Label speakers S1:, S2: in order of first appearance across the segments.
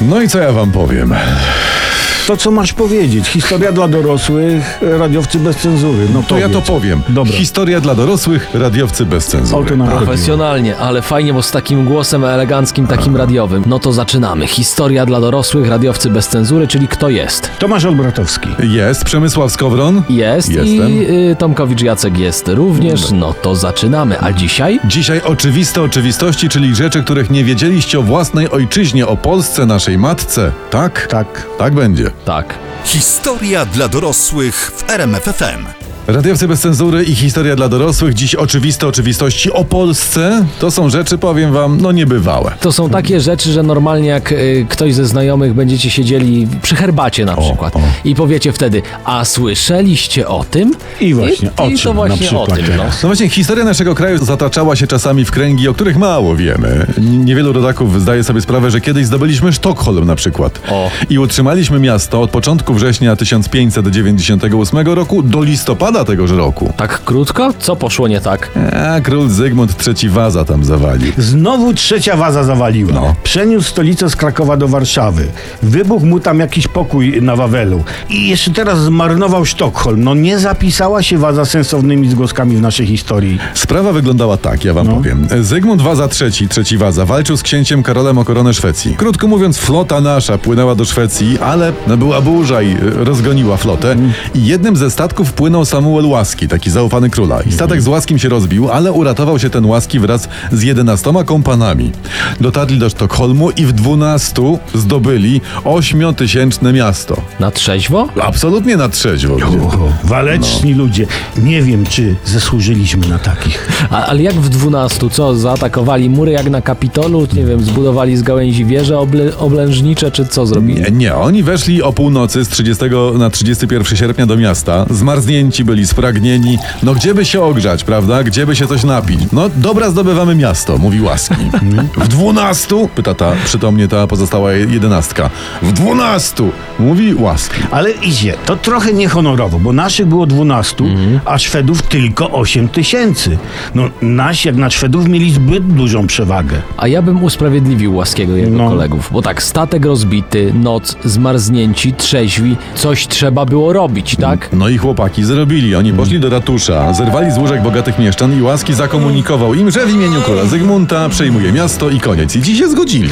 S1: No i co ja wam powiem?
S2: To, co masz powiedzieć. Historia dla dorosłych, e, radiowcy bez cenzury. No
S1: To ja to
S2: powiedz.
S1: powiem.
S2: Dobra.
S1: Historia dla dorosłych, radiowcy bez cenzury.
S2: O, to nam chodzi.
S3: Profesjonalnie, ale fajnie, bo z takim głosem eleganckim,
S2: Tak.
S3: takim radiowym. No to zaczynamy. Historia dla dorosłych, radiowcy bez cenzury, czyli kto jest?
S2: Tomasz Olbratowski.
S1: Jest Przemysław Skowron.
S3: Jest
S1: Jestem.
S3: i y, Tomkowicz Jacek jest również. No to zaczynamy. A dzisiaj?
S1: Dzisiaj oczywiste oczywistości, czyli rzeczy, których nie wiedzieliście o własnej ojczyźnie, o Polsce, naszej matce. Tak?
S2: Tak.
S1: Tak będzie.
S3: Tak.
S4: Historia dla dorosłych w RMFFM.
S1: Radiowcy bez cenzury i historia dla dorosłych. Dziś oczywiste oczywistości o Polsce. To są rzeczy, powiem wam, no niebywałe.
S3: To
S2: Tak.
S3: są takie rzeczy, że normalnie jak y, ktoś ze znajomych będziecie siedzieli przy herbacie na przykład
S1: o.
S3: i powiecie wtedy, a słyszeliście o tym?
S2: I właśnie, o
S3: i, i to
S2: czym na
S3: właśnie
S2: przykład
S3: o tym. No.
S2: teraz?
S1: No właśnie, historia naszego kraju zataczała się czasami w kręgi, o których mało wiemy. N- Niewielu rodaków zdaje sobie sprawę, że kiedyś zdobyliśmy Sztokholm na przykład.
S3: O.
S1: I utrzymaliśmy miasto od początku września 1598 roku do listopada tegoż roku.
S3: Tak krótko? Co poszło nie tak?
S1: A król Zygmunt III Waza tam zawalił.
S2: Znowu trzecia waza zawaliła.
S1: No.
S2: Przeniósł stolicę z Krakowa do Warszawy. Wybuchł mu tam jakiś pokój na Wawelu. I jeszcze teraz zmarnował Sztokholm. No nie zapisała się waza sensownymi zgłoskami w naszej historii.
S1: Sprawa wyglądała tak, ja wam powiem. Zygmunt Waza III, III Waza, walczył z księciem Karolem o koronę Szwecji. Krótko mówiąc, flota nasza płynęła do Szwecji, ale no, była burza i y, rozgoniła flotę. I jednym ze statków płynął Samuel Łaski, taki zaufany króla. I statek z Łaskim się rozbił, ale uratował się ten Łaski wraz z 11 kompanami. Dotarli do Sztokholmu i w 12 zdobyli 8-tysięczne miasto.
S3: Na trzeźwo?
S1: Absolutnie na trzeźwo.
S2: Waleczni
S1: No.
S2: ludzie. Nie wiem, czy zasłużyliśmy na takich.
S3: A, ale jak w 12? Co? Zaatakowali mury jak na Kapitolu? Nie wiem, zbudowali z gałęzi wieże oble, oblężnicze, czy co zrobili?
S1: Nie, nie, oni weszli o północy z 30 na 31 sierpnia do miasta. Zmarznięci byli, spragnieni. No gdzie by się ogrzać, prawda? Gdzie by się coś napić? No dobra, zdobywamy miasto, mówi Łaski. W dwunastu? Pyta ta, przytomnie ta pozostała jedenastka. W dwunastu! Mówi Łaski.
S2: Ale idzie, to trochę niehonorowo, bo naszych było 12, a Szwedów tylko 8 tysięcy. No nasi jak na Szwedów mieli zbyt dużą przewagę.
S3: A ja bym usprawiedliwił łaskiego jego
S2: No.
S3: kolegów, bo tak, statek rozbity, noc, zmarznięci, trzeźwi, coś trzeba było robić, tak?
S1: No i chłopaki zrobili. Oni poszli do ratusza, zerwali z łóżek bogatych mieszczan i Łaski zakomunikował im, że w imieniu króla Zygmunta przejmuje miasto i koniec. I ci się zgodzili.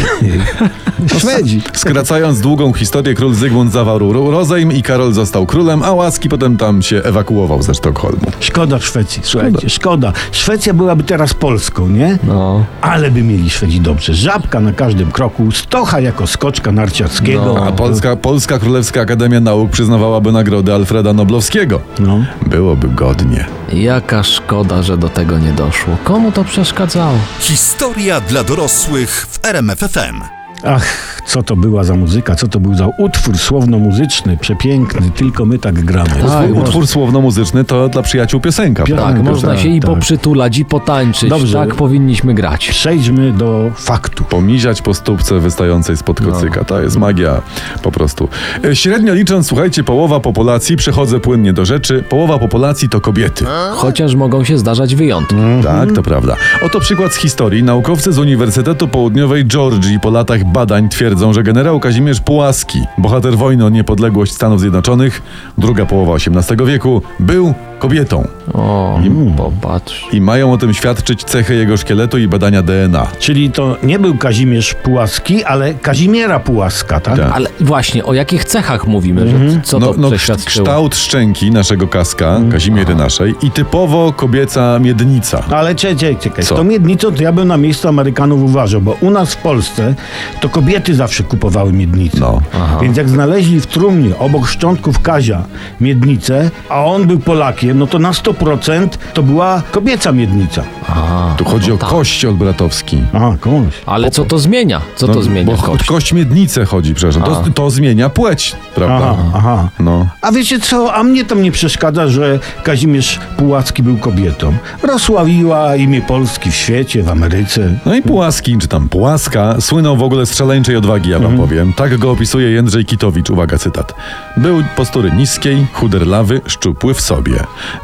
S2: Szwedzi.
S1: Skracając długą historię, król Zygmunt zawarł ro- rozejm i Karol został królem, a łaski potem tam się ewakuował ze Sztokholmu.
S2: Szkoda Szwecji, słuchajcie, szkoda. Szwecja byłaby teraz Polską, nie?
S3: No.
S2: Ale by mieli Szwedzi dobrze. Żabka na każdym kroku, stocha jako skoczka narciarskiego.
S1: No, A Polska, Polska Królewska Akademia Nauk przyznawałaby nagrodę Alfreda Noblowskiego.
S2: No.
S1: Byłoby godnie.
S3: Jaka szkoda, że do tego nie doszło. Komu to przeszkadzało?
S4: Historia dla dorosłych w RMFFM.
S2: Ach, co to była za muzyka, co to był za utwór słowno-muzyczny, przepiękny, tylko my tak gramy.
S3: Tak,
S1: Utwór,
S3: można.
S1: utwór słowno-muzyczny to dla przyjaciół piosenka.
S2: Pio-
S3: Tak,
S2: Tak,
S3: można
S2: tak,
S3: się i
S2: tak.
S3: poprzytulać, i potańczyć.
S2: Dobrze.
S3: Tak powinniśmy grać.
S2: Przejdźmy do faktu.
S1: Pomiziać po stópce wystającej spod kocyka. To jest magia po prostu. E, Średnio licząc, słuchajcie, połowa populacji, przechodzę płynnie do rzeczy, połowa populacji to kobiety.
S3: Chociaż mogą się zdarzać wyjątki.
S2: No.
S1: Tak, to prawda. Oto przykład z historii. Naukowcy z Uniwersytetu Południowej Georgii po latach badań twierdzą, że generał Kazimierz Pułaski, bohater wojny o niepodległość Stanów Zjednoczonych, druga połowa XVIII wieku, był kobietą.
S3: O,
S2: Mm.
S3: popatrz.
S1: I mają o tym świadczyć cechy jego szkieletu i badania DNA.
S2: Czyli to nie był Kazimierz Pułaski, ale Kazimiera Pułaska, tak?
S1: Tak.
S3: Ale właśnie, o jakich cechach mówimy? Że co to
S1: No, no kszt-
S3: przeświadczyło?
S1: kształt szczęki naszego kaska, Kazimiery naszej, i typowo kobieca miednica.
S2: Ale czekaj, czekaj, czekaj.
S1: Co?
S2: To miednicą to ja bym na miejscu Amerykanów uważał, bo u nas w Polsce to kobiety zawsze kupowały miednicę.
S1: No.
S2: Więc jak znaleźli w trumnie obok szczątków Kazia miednicę, a on był Polakiem, no to na 100% to była kobieca miednica.
S3: A,
S1: Tu chodzi
S3: no
S1: o
S3: tak.
S1: kość odbratowski.
S2: A, komuś.
S3: Ale co to zmienia? Co to
S1: No,
S3: zmienia?
S1: Bo
S3: Kość?
S1: kość miednicy chodzi, przepraszam. To,
S3: A.
S1: to zmienia płeć, prawda?
S2: Aha, aha.
S1: No.
S2: A wiecie co, a mnie tam nie przeszkadza, że Kazimierz Pułacki był kobietą. Rozsławiła imię Polski w świecie, w Ameryce.
S1: No i Pułaski, czy tam Pułaska, słynął w ogóle z szaleńczej odwagi, ja wam
S2: Mhm.
S1: powiem. Tak go opisuje Jędrzej Kitowicz, uwaga, cytat. Był postury niskiej, chuderlawy, szczupły w sobie.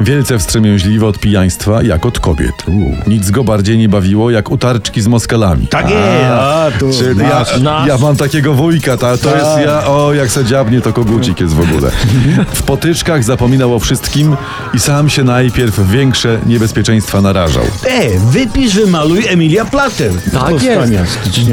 S1: wielce wstrzemięźliwy od pijaństwa jak od kobiet. Nic go bardziej nie bawiło jak utarczki z moskalami.
S2: Tak jest. A, tu.
S1: Czyli ja,
S3: nasz.
S1: ja mam takiego wujka, ta, to jest
S2: Tak.
S1: ja, o jak se dziabnie, to kogucik jest w ogóle. W potyczkach zapominał o wszystkim i sam się najpierw w większe niebezpieczeństwa narażał.
S2: E, wypisz, wymaluj Emilia Plater.
S3: Tak jest.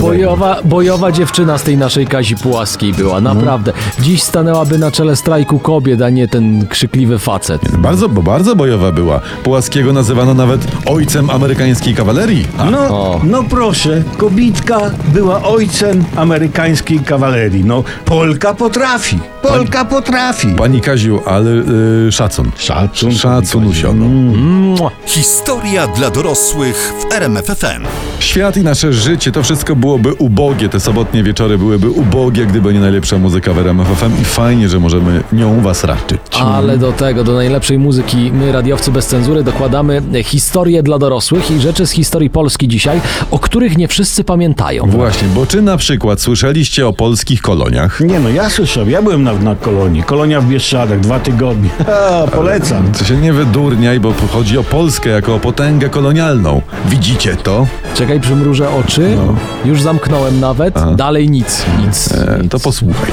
S3: Bojowa, bojowa dziewczyna z tej naszej Kazi Pułaskiej była,
S1: Mhm.
S3: naprawdę. Dziś stanęłaby na czele strajku kobiet, a nie ten krzykliwy facet.
S1: Bardzo, bo bardzo bojowa była. Pułaskiego nazywano nawet ojcem amerykańskiej kawalerii. A,
S2: No, no proszę, kobitka była ojcem amerykańskiej kawalerii. No, Polka potrafi. Polka potrafi.
S1: Pani Kaziu, ale y, szacun.
S2: Szacun,
S1: Szacun usiono.
S3: Mua.
S4: Historia dla dorosłych w RMFFM.
S1: Świat i nasze życie, to wszystko byłoby ubogie. Te sobotnie wieczory byłyby ubogie, gdyby nie najlepsza muzyka w RMF FM i fajnie, że możemy nią was raczyć.
S3: Ale do tego, do najlepszej muzyki, my, radiowcy bez cenzury, dokładamy historie dla dorosłych i rzeczy z historii Polski dzisiaj, o których nie wszyscy pamiętają.
S1: Właśnie, bo czy na przykład słyszeliście o polskich koloniach?
S2: Nie no, ja słyszałem, ja byłem na, na kolonii. Kolonia w Bieszczadach, dwa tygodnie. A, polecam.
S1: To się nie wydurniaj, bo chodzi o Polskę jako o potęgę kolonialną. Widzicie to?
S3: Czekaj, przymrużę oczy,
S1: No.
S3: już zamknąłem nawet, dalej nic, nic,
S1: E,
S3: nic.
S1: To posłuchaj.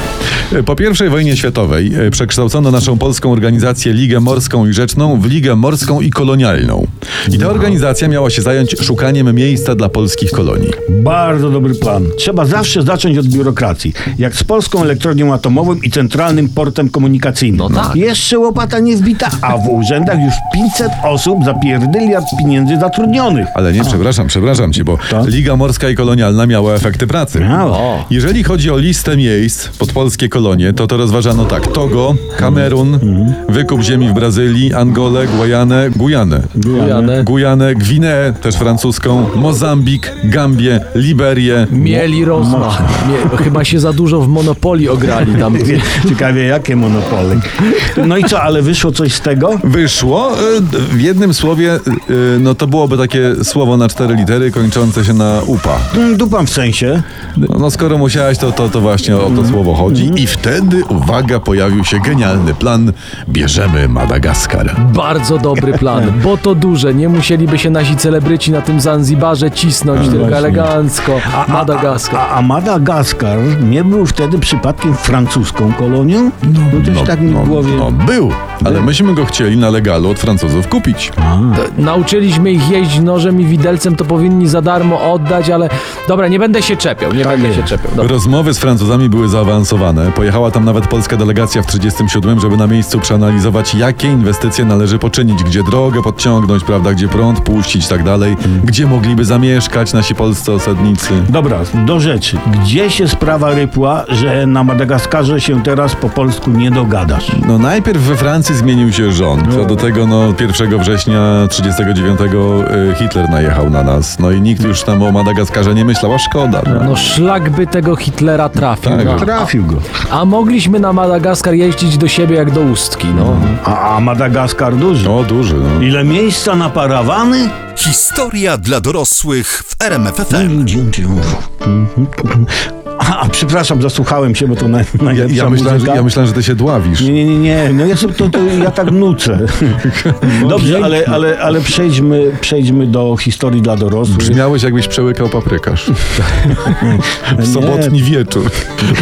S1: E, Po I wojnie światowej e, przekształcono naszą polską organizację Ligę Morską i Rzeczną w Ligę Morską i Kolonialną. I ta organizacja miała się zająć szukaniem miejsca dla polskich kolonii.
S2: Bardzo dobry plan. Trzeba zawsze zacząć od biurokracji. Jak z polską elektrownią atomową i centralnym portem komunikacyjnym.
S3: No tak.
S2: Jeszcze łopata nie zbita, a w urzędach już 500 osób za pierdyliard pieniędzy zatrudnionych.
S1: Ale nie, przepraszam, przepraszam cię, bo
S2: Tak?
S1: Liga Morska i Kolonialna miała efekty pracy.
S2: Miała.
S1: Jeżeli chodzi o listę miejsc pod polskie kolonie, to to rozważano tak. Togo, Kamerun, wykup ziemi w Brazylii, Angolę, Guajanę, Gujanę.
S3: Gujanę.
S1: Gujanę, Gwineę, też francuską, Mozambik, Gambię, Liberię.
S3: Mieli rozmach. Mie- chyba się za dużo w Monopoli ograli tam.
S2: Ciekawie, jakie monopole. No i co, ale wyszło coś z tego?
S1: Wyszło, y, d- w jednym słowie, y, y, no to byłoby takie słowo na cztery litery kończące się na upa.
S2: Mm, Dupam w sensie.
S1: No, no skoro musiałaś, to, to, to właśnie o to słowo chodzi. I wtedy, uwaga, pojawił się genialny plan. Bierzemy Madagaskar.
S3: Bardzo dobry plan, bo to duże. Nie musieliby się nasi celebryci na tym Zanzibarze cisnąć, tylko
S2: No właśnie.
S3: elegancko. Madagaskar.
S2: A, a Madagaskar nie był wtedy przypadkiem francuską kolonią? No, też tak mi w głowie.
S1: no, był, ale myśmy go chcieli na legalu od Francuzów kupić.
S3: Nauczyliśmy ich jeździć nożem i widelcem, to powinni za darmo oddać, ale dobra, nie będę się czepiał,
S2: Tak
S3: nie będę się czepiał. Dobra.
S1: Rozmowy z Francuzami były zaawansowane. Pojechała tam nawet polska delegacja w 1937, żeby na miejscu przeanalizować, jakie inwestycje należy poczynić, gdzie drogę podciągnąć, prawda, gdzie prąd puścić i tak dalej, gdzie mogliby zamieszkać nasi polscy osadnicy.
S2: Dobra, do rzeczy. Gdzie się sprawa rypła, że na Madagaskarze się teraz po polsku nie dogadasz?
S1: No najpierw we Francji zmienił się rząd. Co do tego no 1 września 39 y, Hitler najechał na nas. No i nikt już tam o Madagaskarze nie myślał, a szkoda. No.
S3: No szlak by tego Hitlera trafił.
S1: Tak.
S3: no.
S2: Trafił go.
S3: A mogliśmy na Madagaskar jeździć do siebie jak do Ustki, no.
S2: A, a Madagaskar duży.
S1: O, duży. No.
S2: Ile miejsca na parawany?
S4: Historia dla dorosłych w RMFFM.
S2: A, a przepraszam, zasłuchałem się, bo to naj,
S1: Ja,
S2: najlepsza
S1: ja, myślałem, że,
S2: muzyka.
S1: ja myślałem, że ty się dławisz.
S2: Nie, nie, nie, nie. No ja, sobie to, to, ja tak nucę. Dobrze, ale, ale, ale przejdźmy, przejdźmy do historii dla dorosłych.
S1: Brzmiałeś, jakbyś przełykał paprykarz. W sobotni wieczór.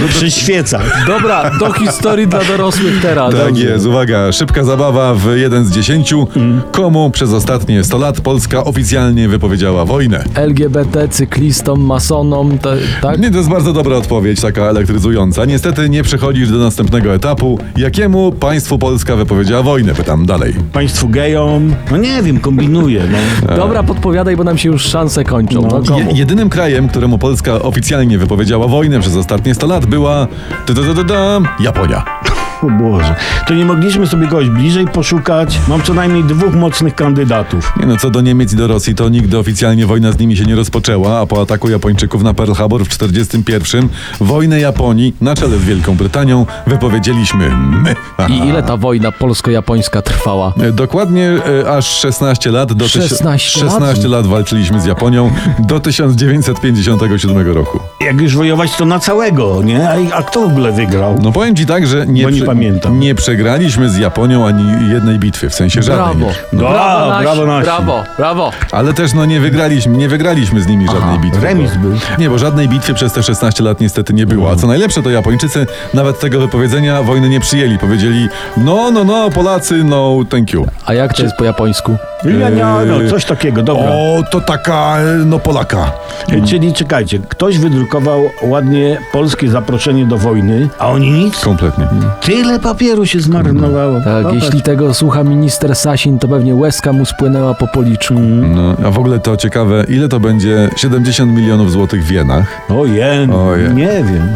S2: Przyświeca.
S3: Dobra, do historii dla dorosłych teraz.
S1: Tak jest, uwaga, szybka zabawa w jeden z dziesięciu. Komu przez ostatnie 100 lat Polska oficjalnie wypowiedziała wojnę?
S3: LGBT, cyklistom, masonom, te, tak?
S1: Nie, to jest bardzo dobra odpowiedź, taka elektryzująca. Niestety nie przechodzisz do następnego etapu. Jakiemu państwu Polska wypowiedziała wojnę? Pytam dalej.
S2: Państwu gejom. No nie wiem, kombinuję. No.
S3: Dobra, podpowiadaj, bo nam się już szanse kończą. No, komu?
S1: Je, jedynym krajem, któremu Polska oficjalnie wypowiedziała wojnę przez ostatnie 100 lat była... Da, da, da, da, Japonia.
S2: O Boże. To nie mogliśmy sobie kogoś bliżej poszukać. Mam co najmniej dwóch mocnych kandydatów.
S1: Nie no, co do Niemiec i do Rosji, to nigdy oficjalnie wojna z nimi się nie rozpoczęła, a po ataku Japończyków na Pearl Harbor w 1941 wojnę Japonii na czele z Wielką Brytanią wypowiedzieliśmy my.
S3: I ile ta wojna polsko-japońska trwała?
S1: E, Dokładnie e, aż 16 lat do tysia-
S3: 16 lat?
S1: 16 lat walczyliśmy z Japonią do 1957 roku.
S2: Jak już wojować, to na całego, nie? A, a kto w ogóle wygrał?
S1: No powiem ci tak, że nie,
S2: Bo
S1: przy-
S2: nie pamiętam.
S1: nie przegraliśmy z Japonią ani jednej bitwy, w sensie żadnej.
S3: Brawo.
S2: No, brawo,
S3: nasi,
S2: brawo nasi.
S3: Brawo, brawo.
S1: Ale też no nie wygraliśmy, nie wygraliśmy z nimi żadnej bitwy.
S2: remis
S1: bo,
S2: był. Mhm.
S1: Nie, bo żadnej bitwy przez te 16 lat niestety nie było. A co najlepsze, to Japończycy nawet tego wypowiedzenia wojny nie przyjęli. Powiedzieli, no, no, no, Polacy, no, thank you.
S3: A jak to jest po japońsku?
S2: Ja, ja, no, coś takiego, dobra.
S1: O, to taka, no, Polaka.
S2: E, Czyli czekajcie, ktoś wydrukował ładnie polskie zaproszenie do wojny, a oni nic?
S1: Kompletnie.
S2: Tyle papieru się zmarnowało.
S3: Tak,
S2: Popatrz.
S3: jeśli tego słucha minister Sasin, to pewnie łezka mu spłynęła po policzku.
S1: No, a w ogóle to ciekawe, ile to będzie 70 milionów złotych w jenach? No,
S2: Ojej,
S1: Ojej.
S2: nie wiem.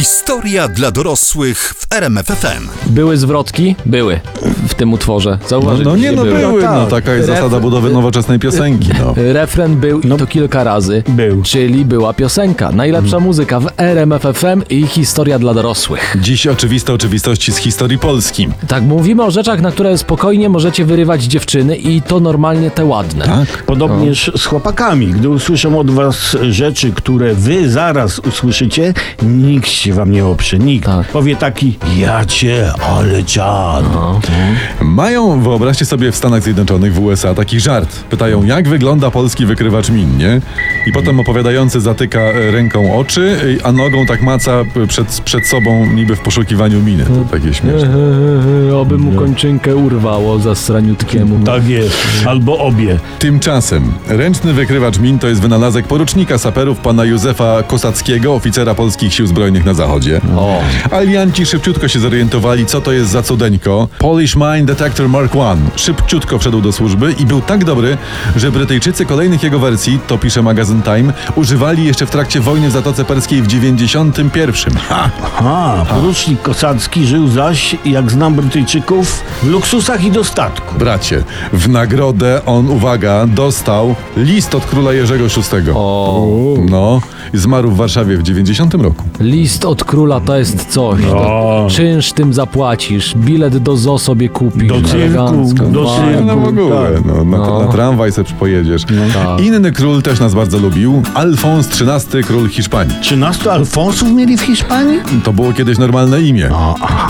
S4: Historia dla dorosłych w RMFFM.
S3: Były zwrotki? Były. W tym utworze.
S1: No,
S3: Zauważyliście?
S1: no nie, no były,
S2: No tak.
S1: no taka jest
S3: Ref-
S1: zasada budowy nowoczesnej piosenki, no.
S3: Refren był
S2: No.
S3: i to kilka razy.
S2: Był.
S3: Czyli była piosenka. Najlepsza muzyka w RMFFM i historia dla dorosłych.
S1: Dziś oczywiste oczywistości z historii Polski.
S3: Tak, mówimy o rzeczach, na które spokojnie możecie wyrywać dziewczyny i to normalnie te ładne.
S1: Tak?
S2: Podobnież z chłopakami. Gdy usłyszą od was rzeczy, które wy zaraz usłyszycie, nikt się wam nie oprze, nikt.
S3: Tak. No.
S2: Powie taki, ja cię, ale dziad.
S1: Mają, wyobraźcie sobie, w Stanach Zjednoczonych, w USA taki żart. Pytają, jak wygląda polski wykrywacz min, nie? I potem opowiadający zatyka e, ręką oczy, e, a nogą tak maca e, przed, przed sobą niby w poszukiwaniu miny. To takie śmieszne.
S3: Eee, Oby mu kończynkę urwało za straniutkiemu.
S2: Tak jest, albo obie.
S1: Tymczasem ręczny wykrywacz min to jest wynalazek porucznika saperów pana Józefa Kosackiego, oficera Polskich Sił Zbrojnych na Zachodzie.
S3: O.
S1: Alianci szybciutko się zorientowali, co to jest za cudeńko. Polish Mine Detector Mark I szybciutko wszedł do służby i był tak dobry, że Brytyjczycy kolejnych jego wersji, to pisze magazyn Time, używali jeszcze w trakcie wojny w Zatoce Perskiej w 91. Ha!
S2: A, porucznik Kosacki żył zaś, jak znam Brytyjczyków, w luksusach i dostatku.
S1: Bracie, w nagrodę on, uwaga, dostał list od króla Jerzego VI.
S3: O.
S1: No, i zmarł w Warszawie w 90 roku.
S3: List od króla to jest coś.
S1: No.
S3: To czynsz tym zapłacisz, bilet do zoo sobie kupisz.
S2: Do cyrku,
S3: elegancko,
S2: do
S3: fajnie.
S2: cyrku.
S1: No w ogóle,
S2: tak.
S1: no, na,
S3: No.
S1: na tramwaj se pojedziesz.
S3: tak.
S1: Inny król też nas bardzo lubił, Alfons XIII, król Hiszpanii.
S2: 13 Alfonsów mieli w Hiszpanii?
S1: To było kiedyś normalne imię.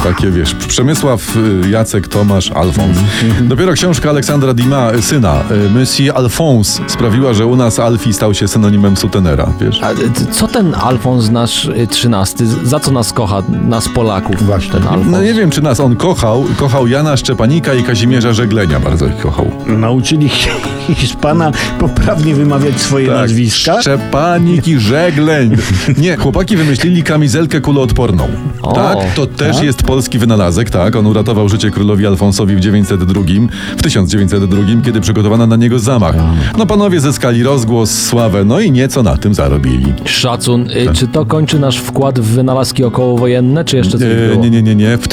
S1: Takie wiesz, Przemysław, y, Jacek, Tomasz, Alfons. Dopiero książka Aleksandra Dima, y, syna, y, Monsieur Alphonse, sprawiła, że u nas Alfie stał się synonimem sutenera, wiesz.
S3: A, y, t- co ten Alfons nasz y, trzynasty, z- za co nas kocha, nas Polaków? Właśnie. Ten Alfons.
S1: No nie wiem, czy nas on kochał. Kochał Jana Szczepanika i Kazimierza Żeglenia, bardzo ich kochał.
S2: Nauczyli hi- Hiszpana poprawnie wymawiać swoje nazwiska.
S1: Tak, Szczepanik i żegleń. Nie, chłopaki wymyślili kamizelkę kuloodporną.
S3: O,
S1: tak, to też jest polski wynalazek, tak. On uratował życie królowi Alfonsowi w 902, w 1902, kiedy przygotowano na niego zamach. No panowie zyskali rozgłos, sławę, no i nieco na tym zarobili.
S3: Szacun. Y,
S1: Tak.
S3: Czy to kończy nasz wkład w wynalazki okołowojenne, czy jeszcze coś
S1: E,
S3: było?
S1: nie, nie, nie, nie. W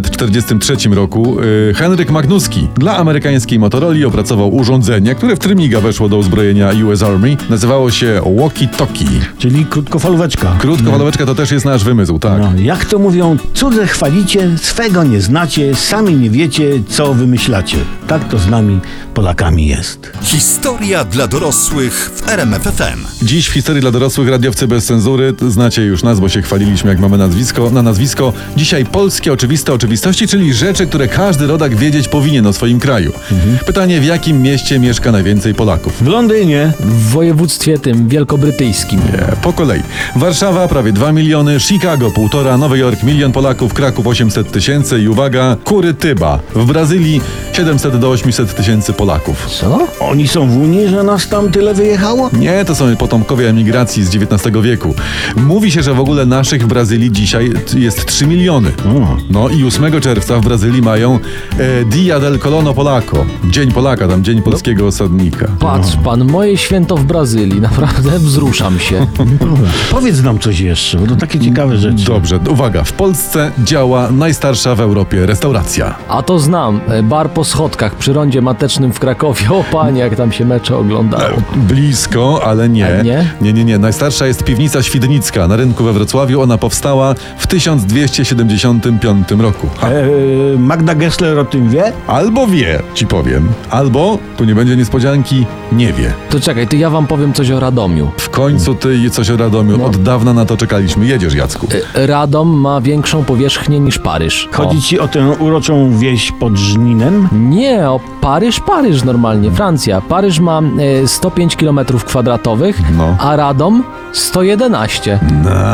S1: 1943 roku e, Henryk Magnuski dla amerykańskiej Motorola opracował urządzenie, które w trymiga weszło do uzbrojenia US Army. Nazywało się walkie-talkie.
S2: Czyli krótkofalóweczka.
S1: Krótkowalóweczka to też jest nasz wymysł, tak.
S2: No, jak to mówią, cudze chwalicie, swego nie znacie, sami nie wiecie, co wymyślacie. Tak to z nami, Polakami jest.
S4: Historia dla dorosłych w RMFFM.
S1: Dziś w historii dla dorosłych radiowcy bez cenzury t- znacie już nas, bo się chwaliliśmy, jak mamy nazwisko, na nazwisko. Dzisiaj polskie oczywiste oczywistości, czyli rzeczy, które każdy rodak wiedzieć powinien o swoim kraju. Pytanie, w jakim mieście mieszka najwięcej Polaków?
S2: W Londynie
S3: W województwie tym wielkobrytyjskim.
S1: E, Po kolei. Warszawa prawie 2 miliony, Chicago 1,5, Nowy Jork milion Polaków, Kraków 800 tysięcy i uwaga, Kurytyba. W Brazylii 700 do 800 tysięcy Polaków.
S3: Co?
S2: oni są w Unii, że nas tam tyle wyjechało?
S1: Nie, to są potomkowie emigracji z XIX wieku. Mówi się, że w ogóle naszych w Brazylii dzisiaj t- jest 3 miliony. No i 8 czerwca w Brazylii mają e, Dia del Colono Polaco. Dzień Polaka, tam Dzień Polskiego Osadnika.
S3: Patrz
S1: No.
S3: pan, moje święto w Brazylii. Naprawdę wzruszam się.
S2: Powiedz nam coś jeszcze, bo to takie ciekawe rzeczy.
S1: Dobrze, uwaga, w Polsce działa najstarsza w Europie restauracja.
S3: A to znam. e, Bar po schodkach przy rondzie matecznym w Krakowie. O panie, jak tam się mecze oglądało.
S1: No. Blisko, ale nie.
S3: A nie?
S1: nie, nie, nie. Najstarsza jest piwnica Świdnicka na rynku we Wrocławiu. Ona powstała w 1275 roku. A
S2: E, Magda Gessler o tym wie?
S1: Albo wie, ci powiem, albo tu nie będzie będzie niespodzianki, nie wie.
S3: To czekaj, to ja wam powiem coś o Radomiu.
S1: W końcu ty i coś o Radomiu. Od dawna na to czekaliśmy. Jedziesz, Jacku.
S3: E, Radom ma większą powierzchnię niż Paryż. O.
S2: Chodzi ci o tę uroczą wieś pod Żninem?
S3: Nie, o Paryż, Paryż normalnie, Francja. Paryż ma e, 105 km kwadratowych,
S1: No. Mm.
S3: a Radom 111.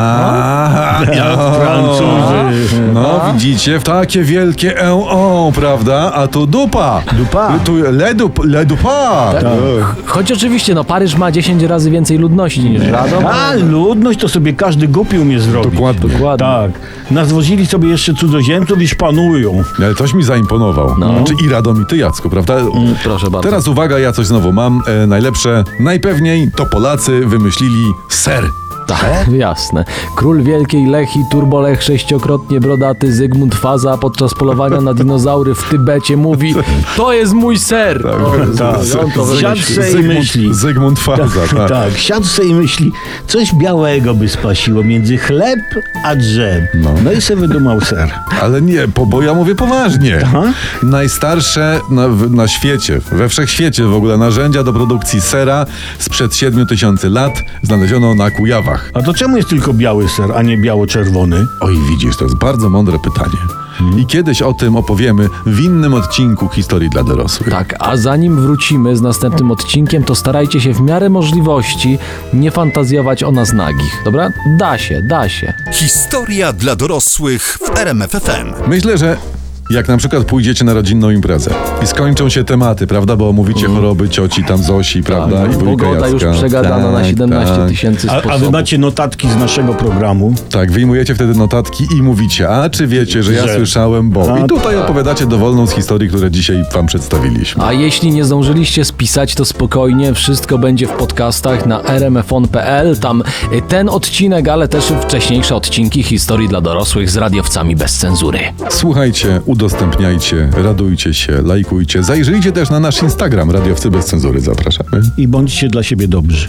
S1: A, jak
S2: Francuzi.
S1: No widzicie, takie wielkie EO, prawda? A tu dupa.
S2: Dupa.
S1: Tu ledup, ledupa. Tak. Ech.
S3: Choć oczywiście, no Paryż ma 10 razy więcej ludności niż Radom.
S2: A ludność to sobie każdy głupi umie zrobić.
S1: Dokładnie.
S3: Dokładnie.
S2: Tak. Nazwozili sobie jeszcze cudzoziemców i szpanują.
S1: Ale coś mi zaimponował. Czy i Radom, i ty, Jacku, prawda?
S3: Proszę bardzo.
S1: Teraz uwaga, ja coś znowu mam. E, najlepsze, najpewniej to Polacy wymyślili ser.
S3: Tak, jasne. Król Wielkiej Lechi, Turbolech sześciokrotnie brodaty Zygmunt Faza podczas polowania na dinozaury w Tybecie mówi To jest mój ser! O,
S2: tak.
S3: on to
S2: Zgadza
S3: wymyślił.
S2: się i myśli.
S1: Zygmunt Faza, tak.
S2: Tak, siadł sobie i myśli, coś białego by spasiło między chleb a drzew. No, i sobie wydumał ser.
S1: Ale nie, bo, bo ja mówię poważnie.
S2: Aha.
S1: Najstarsze na, w- na świecie, we wszechświecie w ogóle narzędzia do produkcji sera sprzed 7000 lat znaleziono na Kujawach.
S2: A to czemu jest tylko biały ser, a nie biało-czerwony?
S1: Oj, widzisz, to jest bardzo mądre pytanie. I kiedyś o tym opowiemy w innym odcinku historii dla dorosłych.
S3: Tak, a zanim wrócimy z następnym odcinkiem, to starajcie się w miarę możliwości nie fantazjować o nas nagich, dobra? Da się, da się.
S1: Tak,
S4: Historia dla dorosłych w RMFFM.
S1: Myślę, że jak na przykład pójdziecie na rodzinną imprezę i skończą się tematy, prawda, bo omówicie
S3: Mm.
S1: choroby cioci, tam Zosi, prawda, i wujka
S3: Pogoda Tak, no, już
S1: Jacka.
S3: przegadana na 17
S1: tak.
S3: tysięcy
S2: A,
S3: sposobów.
S2: a wy macie notatki z naszego programu?
S1: Tak, wyjmujecie wtedy notatki i mówicie, a czy wiecie, że ja
S2: Że-
S1: słyszałem, bo...
S2: A,
S1: I tutaj
S3: tak.
S1: opowiadacie dowolną z historii, które dzisiaj wam przedstawiliśmy.
S3: A jeśli nie zdążyliście spisać, to spokojnie, wszystko będzie w podcastach na rmfon.pl. Tam y, ten odcinek, ale też wcześniejsze odcinki historii dla dorosłych z radiowcami bez cenzury.
S1: Słuchajcie, udostępniajcie, radujcie się, lajkujcie. Zajrzyjcie też na nasz Instagram, Radiowcy Bez Cenzury, zapraszamy.
S2: I bądźcie dla siebie dobrzy.